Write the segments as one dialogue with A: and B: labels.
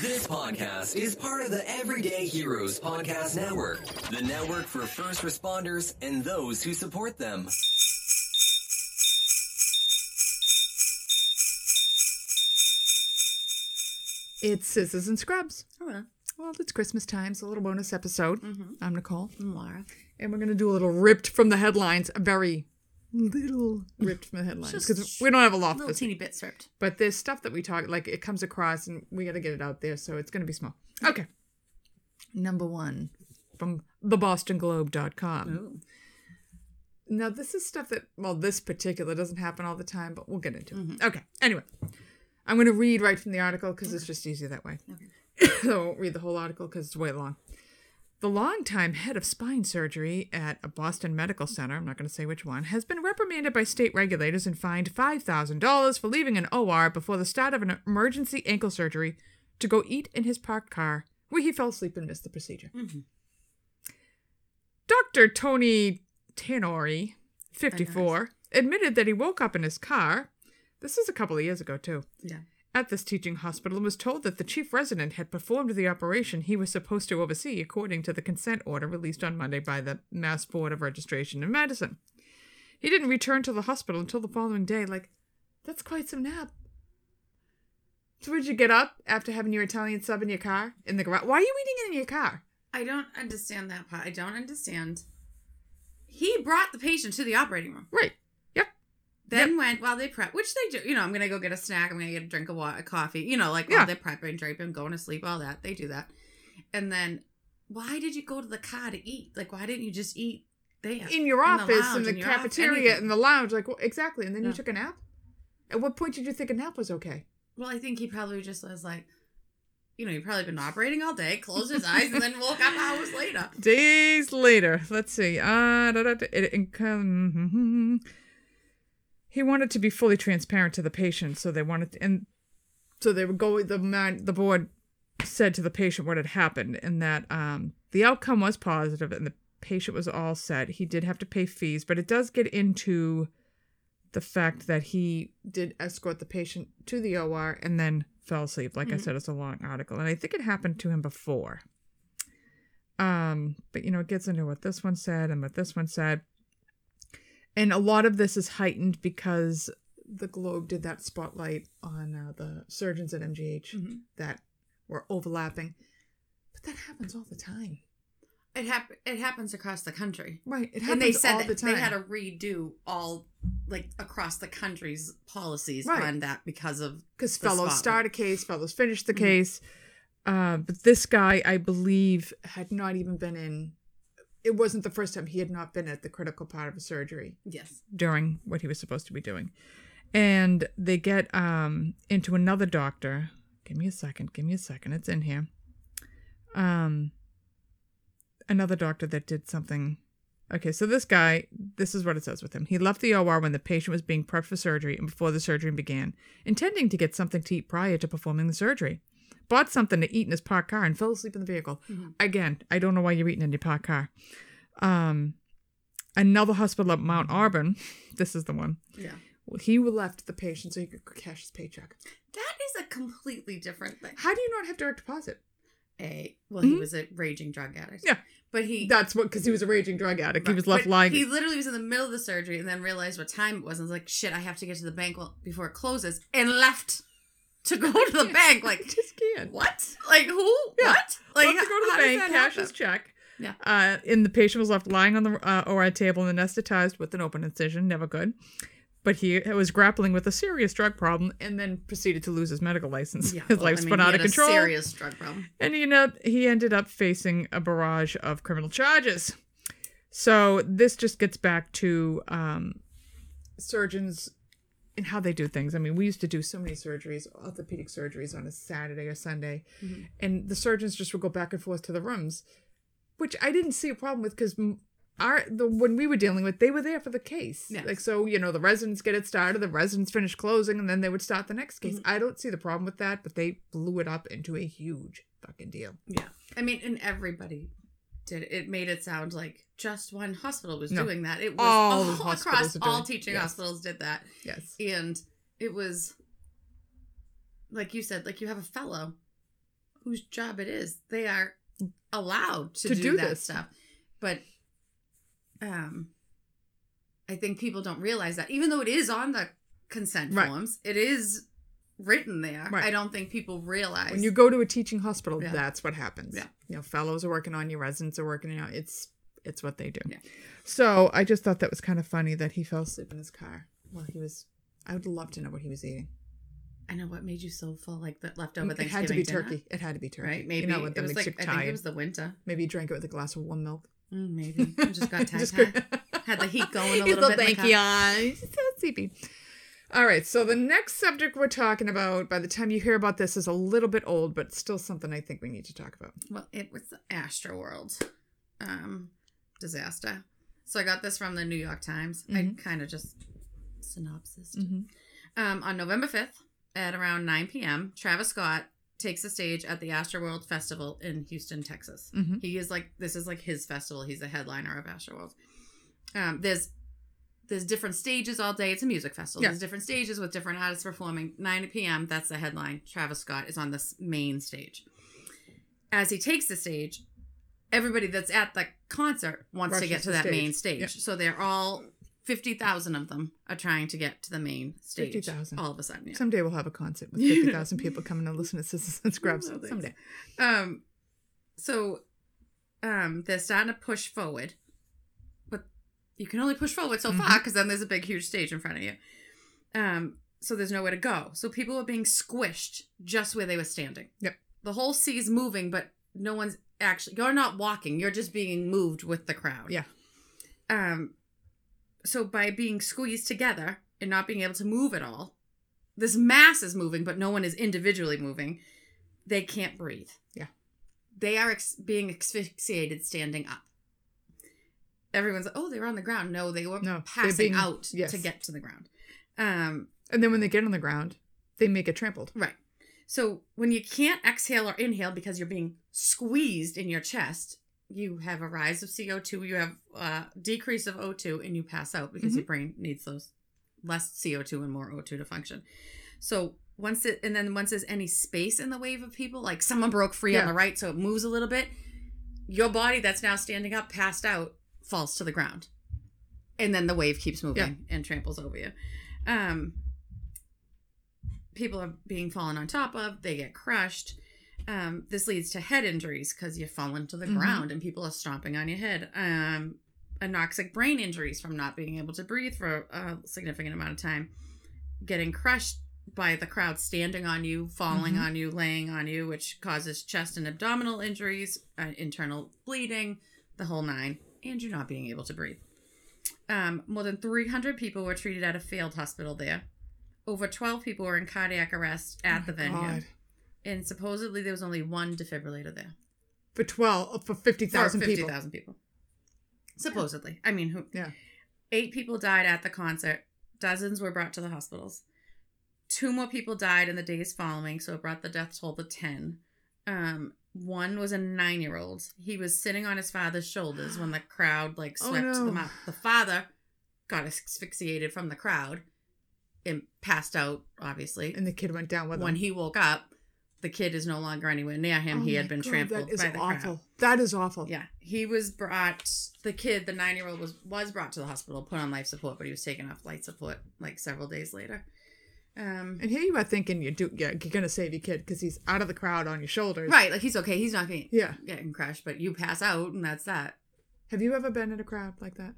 A: This podcast is part of the Everyday Heroes Podcast Network, the network for first responders and those who support them.
B: It's Scissors and Scrubs.
C: Hello.
B: Well, it's Christmas time, so a little bonus episode.
C: Mm-hmm.
B: I'm Nicole,
C: I'm Laura.
B: and we're going to do a little ripped from the headlines, a very little ripped from the headlines
C: Just
B: because we don't have a lot
C: Little
B: this
C: teeny bit stripped.
B: but there's stuff that we talk like it comes across and we got to get it out there so it's going to be small okay number one from thebostonglobe.com
C: Ooh.
B: now this is stuff that well this particular doesn't happen all the time but we'll get into it
C: Mm-hmm.
B: okay anyway i'm going to read right from the article because it's just easier that way so i won't read the whole article because it's way long the longtime head of spine surgery at a Boston medical center, I'm not going to say which one, has been reprimanded by state regulators and fined $5,000 for leaving an OR before the start of an emergency ankle surgery to go eat in his parked car where he fell asleep and missed the procedure. Dr. Tony Tanori, 54, admitted that he woke up in his car. This is a couple of years ago, too
C: Yeah.
B: at this teaching hospital and was told that the chief resident had performed the operation he was supposed to oversee according to the consent order released on Monday by the Mass Board of Registration and Medicine. He didn't return to the hospital until the following day. Like, that's quite some nap. So, would you get up after having your Italian sub in your car in the garage? Why are you eating it in your car?
C: I don't understand that part. I don't understand. He brought the patient to the operating room,
B: Right. Yep.
C: then went while they prep, which they do. You know, I'm gonna go get a snack. I'm gonna get a drink of water, coffee. You know, like
B: Yeah.
C: while they're prepping, draping, going to sleep, all that. They do that, and then why did you go to the car to eat? Like, why didn't you just eat there
B: In your office,
C: lounge,
B: in the,
C: your off-
B: cafeteria,
C: anything?
B: in the lounge. Like, well, exactly. And then you
C: Yeah.
B: took a nap? At what point did you think a nap was okay?
C: Well, I think he probably just was like, you know, he probably been operating all day, closed his eyes, and then woke up hours later.
B: Days later, let's see. Uh, da, da, da, it, it, come- mm-hmm. he wanted to be fully transparent to the patient, so they wanted, to, and so they were going. The man, the board said to the patient what had happened, and that um, the outcome was positive, and the patient was all set. He did have to pay fees, but it does get into the fact that he did escort the patient to the OR and then fell asleep. Like I said, it's a long article, and I think it happened to him before. Um, but you know, it gets into what this one said and what this one said. And a lot of this is heightened because the Globe did that spotlight on uh, the surgeons at MGH
C: Mhm.
B: that were overlapping. But that happens all the time.
C: It hap- it happens across the country.
B: Right. It happens
C: And they said
B: all
C: that
B: the time.
C: they had to redo all like across the country's policies
B: Right.
C: on that because of
B: because
C: the
B: fellows
C: spotlight.
B: start a case, fellows finish the
C: Mhm.
B: case. Uh, but this guy, I believe, had not even been in. It wasn't the first time he had not been at the critical part of a surgery.
C: yes.
B: during what he was supposed to be doing. And they get um, into another doctor. Give me a second. Give me a second. It's in here. Um, another doctor that did something. Okay, so this guy, this is what it says with him. He left the OR when the patient was being prepped for surgery and before the surgery began, intending to get something to eat prior to performing the surgery. Bought something to eat in his parked car and fell asleep in the vehicle. Again, I don't know why you're eating in your parked car. Um, another hospital at Mount Auburn. This is the one.
C: Yeah.
B: Well, he left the patient so he could cash his paycheck.
C: That is a completely different thing.
B: How do you not have direct deposit?
C: A well, he
B: Mhm.
C: was a raging drug addict.
B: Yeah.
C: But he
B: That's what because he was a raging drug addict. He was
C: But
B: left lying.
C: He literally was in the middle of the surgery and then realized what time it was and was like, shit, I have to get to the bank well- before it closes and left to go to the bank.
B: He
C: Like
B: just can't.
C: what? Like who?
B: Yeah.
C: What? Like
B: Left to go to
C: how
B: the
C: does
B: bank,
C: that
B: cash
C: happen?
B: his check.
C: Yeah.
B: Uh, and the patient was left lying on the uh, OI table and anesthetized with an open incision. Never good. But he was grappling with a serious drug problem and then proceeded to lose his medical license. his
C: well,
B: life
C: I mean,
B: spun
C: he
B: out
C: had
B: of
C: a
B: control.
C: serious drug problem.
B: and he ended, up, he ended up facing a barrage of criminal charges. So this just gets back to um, surgeons and how they do things. I mean, we used to do so many surgeries, orthopedic surgeries on a Saturday or Sunday, and the surgeons just would go back and forth to the rooms, which I didn't see a problem with because our the when we were dealing with, they were there for the case.
C: Yes.
B: Like so, you know, the residents get it started, the residents finish closing, and then they would start the next case. I don't see the problem with that, but they blew it up into a huge fucking deal.
C: Yeah. I mean, and everybody did. It made it sound like just one hospital was
B: No.
C: doing that. It was
B: All
C: all,
B: hospitals
C: across
B: are doing-
C: all teaching
B: yes.
C: hospitals did that.
B: Yes.
C: And it was like you said, like you have a fellow whose job it is. They are allowed to,
B: To
C: do,
B: do
C: that
B: this.
C: stuff. But um I think people don't realize that. Even though it is on the consent
B: Right.
C: forms, it is written there.
B: Right.
C: I don't think people realize
B: When you go to a teaching hospital,
C: Yeah.
B: that's what happens.
C: Yeah.
B: You know, fellows are working on you, residents are working on you. It's it's what they do.
C: Yeah.
B: So I just thought that was kind of funny that he fell asleep in his car while he was. I would love to know what he was eating.
C: I know what made you so full, like the leftover
B: it had to be
C: Thanksgiving dinner,
B: turkey. It had to be turkey.
C: Right? Maybe
B: you know what
C: it
B: that
C: was
B: makes
C: like
B: you
C: I think
B: tired.
C: it was the winter.
B: Maybe he drank it with a glass of warm milk.
C: Mm, maybe. I just got tired.
B: Hmm, Just
C: Had the heat going a
B: He's
C: little
B: all
C: bit. in the
B: blanky
C: car.
B: eyes. He's so sleepy. All right, so the next subject we're talking about, by the time you hear about this, is a little bit old, but still something I think we need to talk about.
C: Well, it was the Astroworld um, disaster. So I got this from the New York Times.
B: Mhm.
C: I kind of just synopsis.
B: Mm-hmm.
C: Um, on November 5th at around 9 p.m., Travis Scott takes the stage at the Astroworld Festival in Houston, Texas.
B: Mm-hmm.
C: He is like this is like his festival. He's the headliner of Astroworld. Um, there's there's different stages all day. It's a music festival.
B: Yeah.
C: There's different stages with different artists performing. 9 p.m. That's the headline. Travis Scott is on this main stage. As he takes the stage, everybody that's at the concert wants to
B: Rushes
C: get to
B: the
C: that
B: stage.
C: main stage.
B: Yeah.
C: So they're all fifty thousand of them are trying to get to the main stage.
B: 50,000.
C: all of a sudden. Yeah.
B: Someday we'll have a concert with 50,000 people coming to listen to Sisters and Scrubs.
C: Oh, thanks.
B: Someday.
C: Um, so, um, they're starting to push forward, but you can only push forward so far 'cause far because then there's a big, huge stage in front of you. Um, so there's nowhere to go. So people were being squished just where they were standing.
B: Yep.
C: The whole sea is moving, but no one's actually. You're not walking. You're just being moved with the crowd.
B: Yeah.
C: Um, so by being squeezed together and not being able to move at all, this mass is moving, but no one is individually moving. They can't breathe.
B: Yeah.
C: They are ex- being asphyxiated standing up. Everyone's like, oh, they were on the ground. No, they were
B: No, they're
C: passing
B: being-
C: out
B: yes.
C: to get to the ground. Um,
B: And then when they get on the ground, they may get trampled.
C: right. So when you can't exhale or inhale because you're being squeezed in your chest, you have a rise of CO2, you have a decrease of O2, and you pass out because your brain needs those less CO2 and more O2 to function. So once it, and then once there's any space in the wave of people, like someone broke free on
B: Yeah.
C: the right, so it moves a little bit, your body that's now standing up, passed out, falls to the ground. And then the wave keeps moving and tramples over you. Um, people are being fallen on top of, they get crushed. Um, this leads to head injuries because you fall into the
B: Mhm.
C: ground and people are stomping on your head. Um, anoxic brain injuries from not being able to breathe for a significant amount of time, getting crushed by the crowd standing on you, falling
B: Mhm.
C: on you, laying on you, which causes chest and abdominal injuries, uh, internal bleeding, the whole nine, and you not being able to breathe. Um, more than 300 people were treated at a failed hospital there. Over 12 people were in cardiac arrest at the venue.
B: God.
C: And supposedly there was only one defibrillator there.
B: For 12, for
C: There were
B: 50,000 people.
C: 50,000 people. Supposedly. I mean, who?
B: Yeah.
C: Eight people died at the concert. Dozens were brought to the hospitals. Two more people died in the days following, so it brought the death toll to 10. Um, one was a nine year old. He was sitting on his father's shoulders when the crowd like
B: Oh,
C: swept
B: no.
C: them up. The father got asphyxiated from the crowd and passed out, obviously
B: And the kid went down with
C: when
B: him.
C: he woke up, the kid is no longer anywhere near him.
B: Oh
C: he
B: my
C: had been
B: God,
C: trampled
B: That is
C: by the
B: awful.
C: crowd.
B: That is awful.
C: Yeah, he was brought. The kid, the nine-year-old, was was brought to the hospital, put on life support, but he was taken off life support like several days later. Um,
B: And here you are thinking you do, yeah, you're going to save your kid because he's out of the crowd on your shoulders.
C: right, like he's okay. He's not getting
B: Yeah.
C: getting crushed, but you pass out, and that's that.
B: Have you ever been in a crowd like that?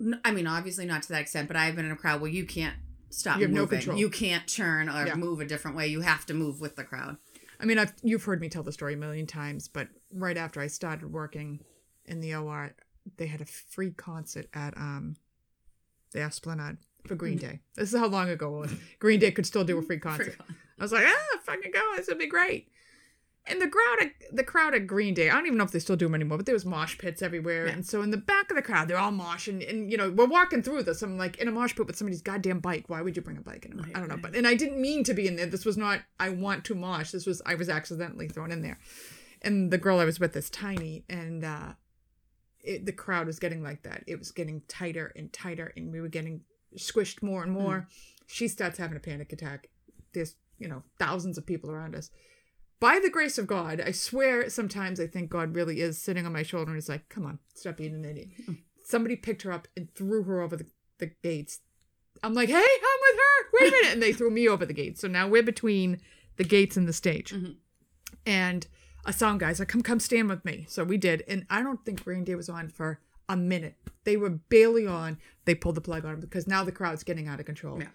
C: N- I mean, obviously not to that extent, but I've been in a crowd where you can't stop
B: You have no
C: moving.
B: control.
C: You can't turn or
B: Yeah.
C: move a different way. You have to move with the crowd.
B: I mean, I've you've heard me tell the story a million times, but right after I started working in the OR, they had a free concert at um, the Esplanade for Green Day. This is how long ago it was. Green Day could still do a free concert. I was like, ah, fucking go, this would be great. And the crowd, at, the crowd at Green Day, I don't even know if they still do them anymore, but there was mosh pits everywhere.
C: Yeah.
B: And so in the back of the crowd, they're all moshing, and you know, we're walking through this. I'm like in a mosh pit with somebody's goddamn bike. Why would you bring a bike in? A mosh?
C: Right,
B: I don't know,
C: right.
B: but and I didn't mean to be in there. This was not. I want to mosh. This was I was accidentally thrown in there, and the girl I was with is tiny, and uh, it, the crowd was getting like that. It was getting tighter and tighter, and we were getting squished more
C: Mm.
B: and more. She starts having a panic attack. There's, you know, thousands of people around us. by the grace of God, I swear sometimes I think God really is sitting on my shoulder and is like, come on, stop being an idiot. Somebody picked her up and threw her over the, the gates. I'm like, hey, I'm with her. Wait a minute. And they threw me over the gates. So now we're between the gates and the stage.
C: Mhm.
B: And a sound guy's like, come, come stand with me. So we did. And I don't think Rain Day was on for a minute. They were barely on. They pulled the plug on 'em because now the crowd's getting out of control.
C: Yeah.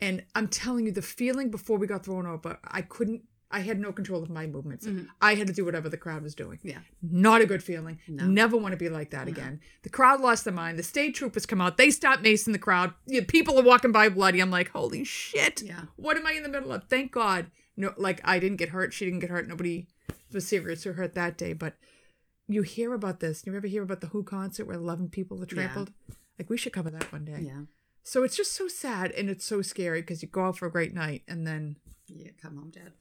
B: And I'm telling you, the feeling before we got thrown over, I couldn't, I had no control of my movements. I had to do whatever the crowd was doing.
C: Mm-hmm. Yeah.
B: Not a good feeling.
C: No.
B: Never want to be like that again. The crowd lost their mind. The state troopers come out. They stop macing the crowd. Yeah, people are walking by bloody. I'm like, holy shit.
C: Yeah.
B: What am I in the middle of? Thank God. No, like I didn't get hurt. She didn't get hurt. Nobody was serious or hurt that day. But you hear about this. You ever hear about the Who concert where 11 people were trampled? Like we should cover that one day.
C: Yeah.
B: So it's just so sad and it's so scary because you go out for a great night and then
C: Yeah. Come home, Dad.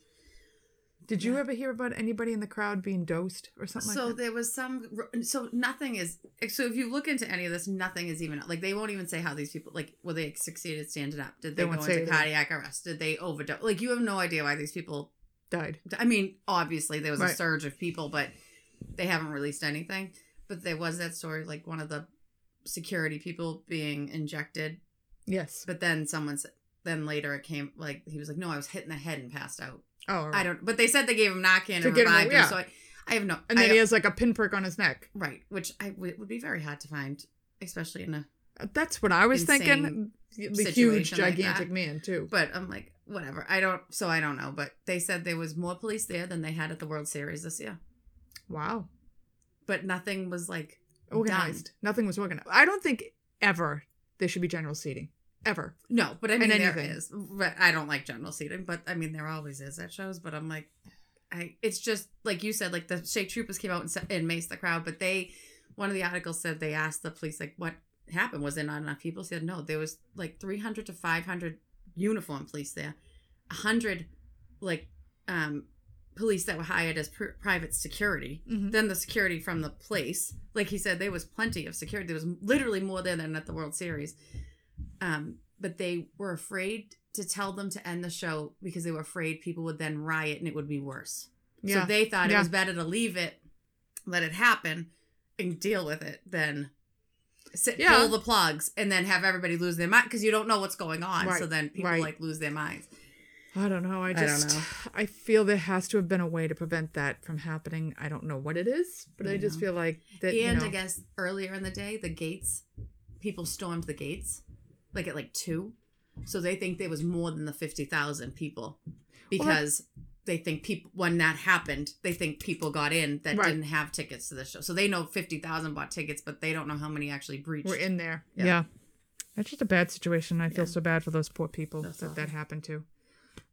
B: did you ever hear about anybody in the crowd being dosed or something
C: so
B: like that?
C: there was some so nothing is so if you look into any of this nothing is even like they won't even say how these people like were they succeeded standing up did
B: They
C: they,
B: won't
C: go
B: say
C: into
B: either.
C: cardiac arrest did they overdose like you have no idea why these people
B: Died.
C: i mean obviously there was a
B: Right.
C: surge of people but they haven't released anything but there was that story of, like one of the security people being injected
B: Yes.
C: but then someone said then later it came like he was like no i was hit in the head and passed out
B: Oh, all right.
C: i don't but they said they gave him narcan
B: To
C: and
B: get him-
C: revived him,
B: yeah.
C: so I, I have no
B: And
C: I
B: then he has like a pinprick on his neck.
C: Right, which I w- would be very hard to find, especially in a.
B: That's what I was thinking.
C: Insane
B: The huge,
C: situation like
B: gigantic
C: that.
B: man too.
C: But I'm like, whatever. I don't. So I don't know. But they said there was more police there than they had at the World Series this year.
B: Wow.
C: But nothing was like
B: Organized. Nothing was organized. I don't think ever there should be general seating. Ever.
C: No, but I
B: And
C: mean there
B: anything.
C: is. But I don't like general seating. But I mean there always is at shows. But I'm like, I. It's just like you said. Like the state troopers came out and, sa- and maced the crowd. But they, one of the articles said they asked the police like what happened. Was there not enough people? Said no. There was like 300 to 500 uniform police there. A hundred like um police that were hired as pr- private security
B: Mhm.
C: then the security from the place like he said there was plenty of security there was literally more there than at the world series um but they were afraid to tell them to end the show because they were afraid people would then riot and it would be worse
B: Yeah.
C: so they thought
B: Yeah.
C: it was better to leave it let it happen and deal with it than sit,
B: Yeah.
C: pull the plugs and then have everybody lose their mind because you don't know what's going on so
B: Right,
C: then people
B: right.
C: like lose their minds
B: I don't know. I
C: don't
B: just I,
C: know.
B: feel there has to have been a way to prevent that from happening. I don't know what it is, but I just
C: Yeah.
B: feel like that. you
C: and
B: know-
C: I guess earlier in the day, the gates, people stormed the gates, like at like two, so they think there was more than the fifty thousand people, because they think people when that happened, they think people got in that
B: Right.
C: didn't have tickets to the show, so they know fifty thousand bought tickets, but they don't know how many actually breached.
B: we're in there. Yeah.
C: Yeah.
B: That's just a bad situation. I feel
C: Yeah.
B: so bad for those poor people
C: That's
B: that
C: awful.
B: that happened to.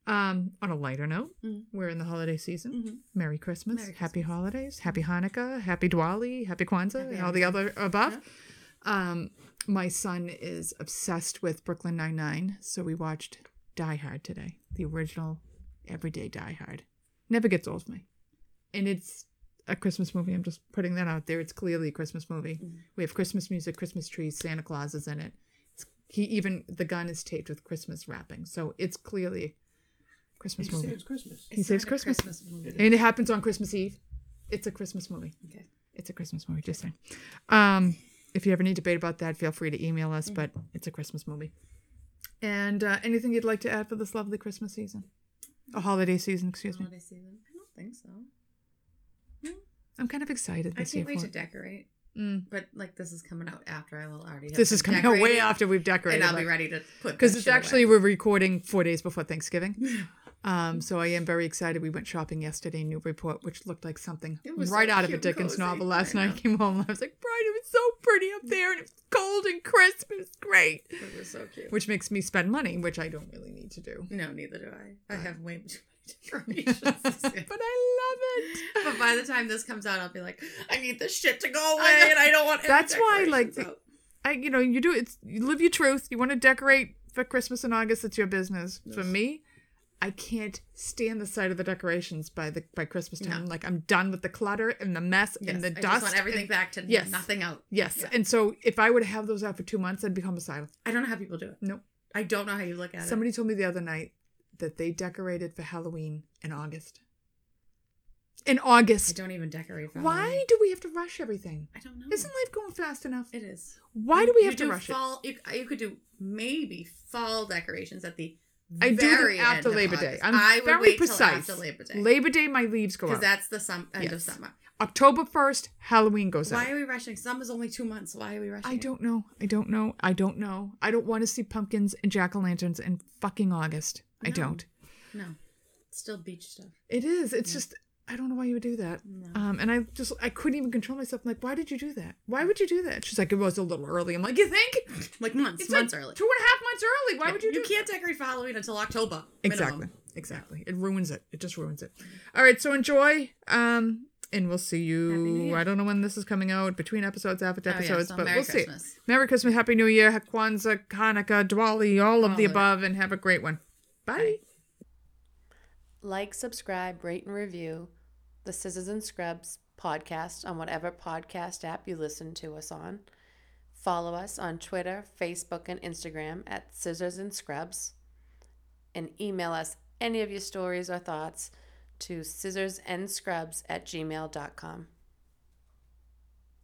B: Um, on a lighter note,
C: Mm.
B: we're in the holiday season.
C: Mhm.
B: Mm-hmm. Merry Christmas,
C: Merry
B: happy holidays, happy Hanukkah, happy Diwali, happy Kwanzaa, and all the other above. Um, my son is obsessed with Brooklyn Nine Nine, so we watched Die Hard today, the original, everyday Die Hard. Never gets old to me, and it's a Christmas movie. I'm just putting that out there. It's clearly a Christmas movie.
C: Mm.
B: We have Christmas music, Christmas trees, Santa Claus is in it. It's, he even the gun is taped with Christmas wrapping, so it's clearly a Christmas
D: He
B: movie.
D: saves Christmas.
B: He saves
C: not a
B: Christmas.
C: movie.
B: And it happens on Christmas Eve. It's a Christmas movie.
C: Okay.
B: It's a Christmas movie, just saying. Um, if you have any debate about that, feel free to email
C: Mm.
B: us, but it's a Christmas movie. And uh, anything you'd like to add for this lovely Christmas season? A holiday season, excuse me.
C: Holiday season? I don't think so.
B: I'm kind of excited
C: I
B: this year.
C: can't wait
B: For
C: to
B: it.
C: decorate,
B: Mm.
C: but like this is coming out after I will already. Have
B: This is coming out way after we've decorated.
C: and I'll be ready to put
B: Because
C: that
B: it's
C: shit away.
B: actually, we're recording four days before Thanksgiving. Um, so I am very excited. We went shopping yesterday in Newburyport, which looked like something
C: It was
B: right
C: so
B: out of a
C: cute and
B: Dickens
C: cozy.
B: novel. Last
C: I
B: night I
C: know.
B: came home and I was like, Brian, it was so pretty up there and it was cold and crisp. It was great.
C: It was so cute.
B: Which makes me spend money, which I don't really need to do.
C: No, neither do I. I have way too many
B: but
C: decorations.
B: I love it.
C: but by the time this comes out, I'll be like, I need this shit to go
B: I know.
C: away, and I don't want. any
B: That's why, like,
C: decorations
B: the-
C: out.
B: I, you know, you do it's you live your truth. You want to decorate for Christmas and August, it's your business. For me, I can't stand the sight of the decorations by the by Christmas
C: No.
B: time. Like I'm done with the clutter and the mess
C: yes,
B: and the
C: I
B: dust.
C: just want everything
B: and-
C: back to
B: yes.
C: nothing out.
B: Yes.
C: Yeah.
B: And so if I would have those out for two months, I'd be homicidal.
C: I don't know how people do it.
B: Nope.
C: I don't know how you look at
B: Somebody told me the other night that they decorated for Halloween in August. in
C: I
B: August.
C: don't even decorate. for
B: Why
C: Halloween.
B: do we have to rush everything?
C: I don't know.
B: Isn't life going fast enough?
C: it is.
B: Why do
C: You-
B: we
C: you
B: have to rush it?
C: fall, You, you could do maybe fall decorations at the
B: I do them
C: very
B: after
C: end of
B: Labor Day.
C: August.
B: I'm
C: I would
B: very
C: wait till
B: precise.
C: after Labor Day.
B: Labor Day, my leaves go
C: because
B: out.
C: that's the sum, end of
B: Yes.
C: summer.
B: October 1st, Halloween goes
C: Why
B: out.
C: are we rushing? Summer's only two months. Why are we rushing?
B: I
C: it?
B: don't know. I don't know. I don't know. I don't want to see pumpkins and jack o' lanterns in fucking August. I
C: No.
B: don't.
C: No, it's still beach stuff.
B: It is. It's just I don't know why you would do that. Um, and I just I couldn't even control myself. I'm like, why did you do that? Why would you do that? She's like, it was a little early. I'm like, you think?
C: Like months,
B: It's
C: months
B: like
C: early.
B: Two and a half months early. Why would you do
C: You can't decorate for Halloween until October.
B: Exactly.
C: minimum.
B: Exactly. It ruins it. It just ruins it. All right. So enjoy. Um, and we'll see
C: Happy New
B: you.
C: Year.
B: I don't know when this is coming out between episodes, after
C: yeah,
B: episodes,
C: so
B: but
C: Merry
B: we'll see.
C: Christmas.
B: Merry Christmas, Happy New Year, Kwanzaa, Hanukkah, Diwali, all of the
C: All of it.
B: above, and have a great one. Bye.
D: Like, subscribe, rate, and review the Scissors and Scrubs podcast on whatever podcast app you listen to us on. Follow us on Twitter, Facebook, and Instagram at Scissors and Scrubs. And email us any of your stories or thoughts to scissorsandscrubs at gmail.com.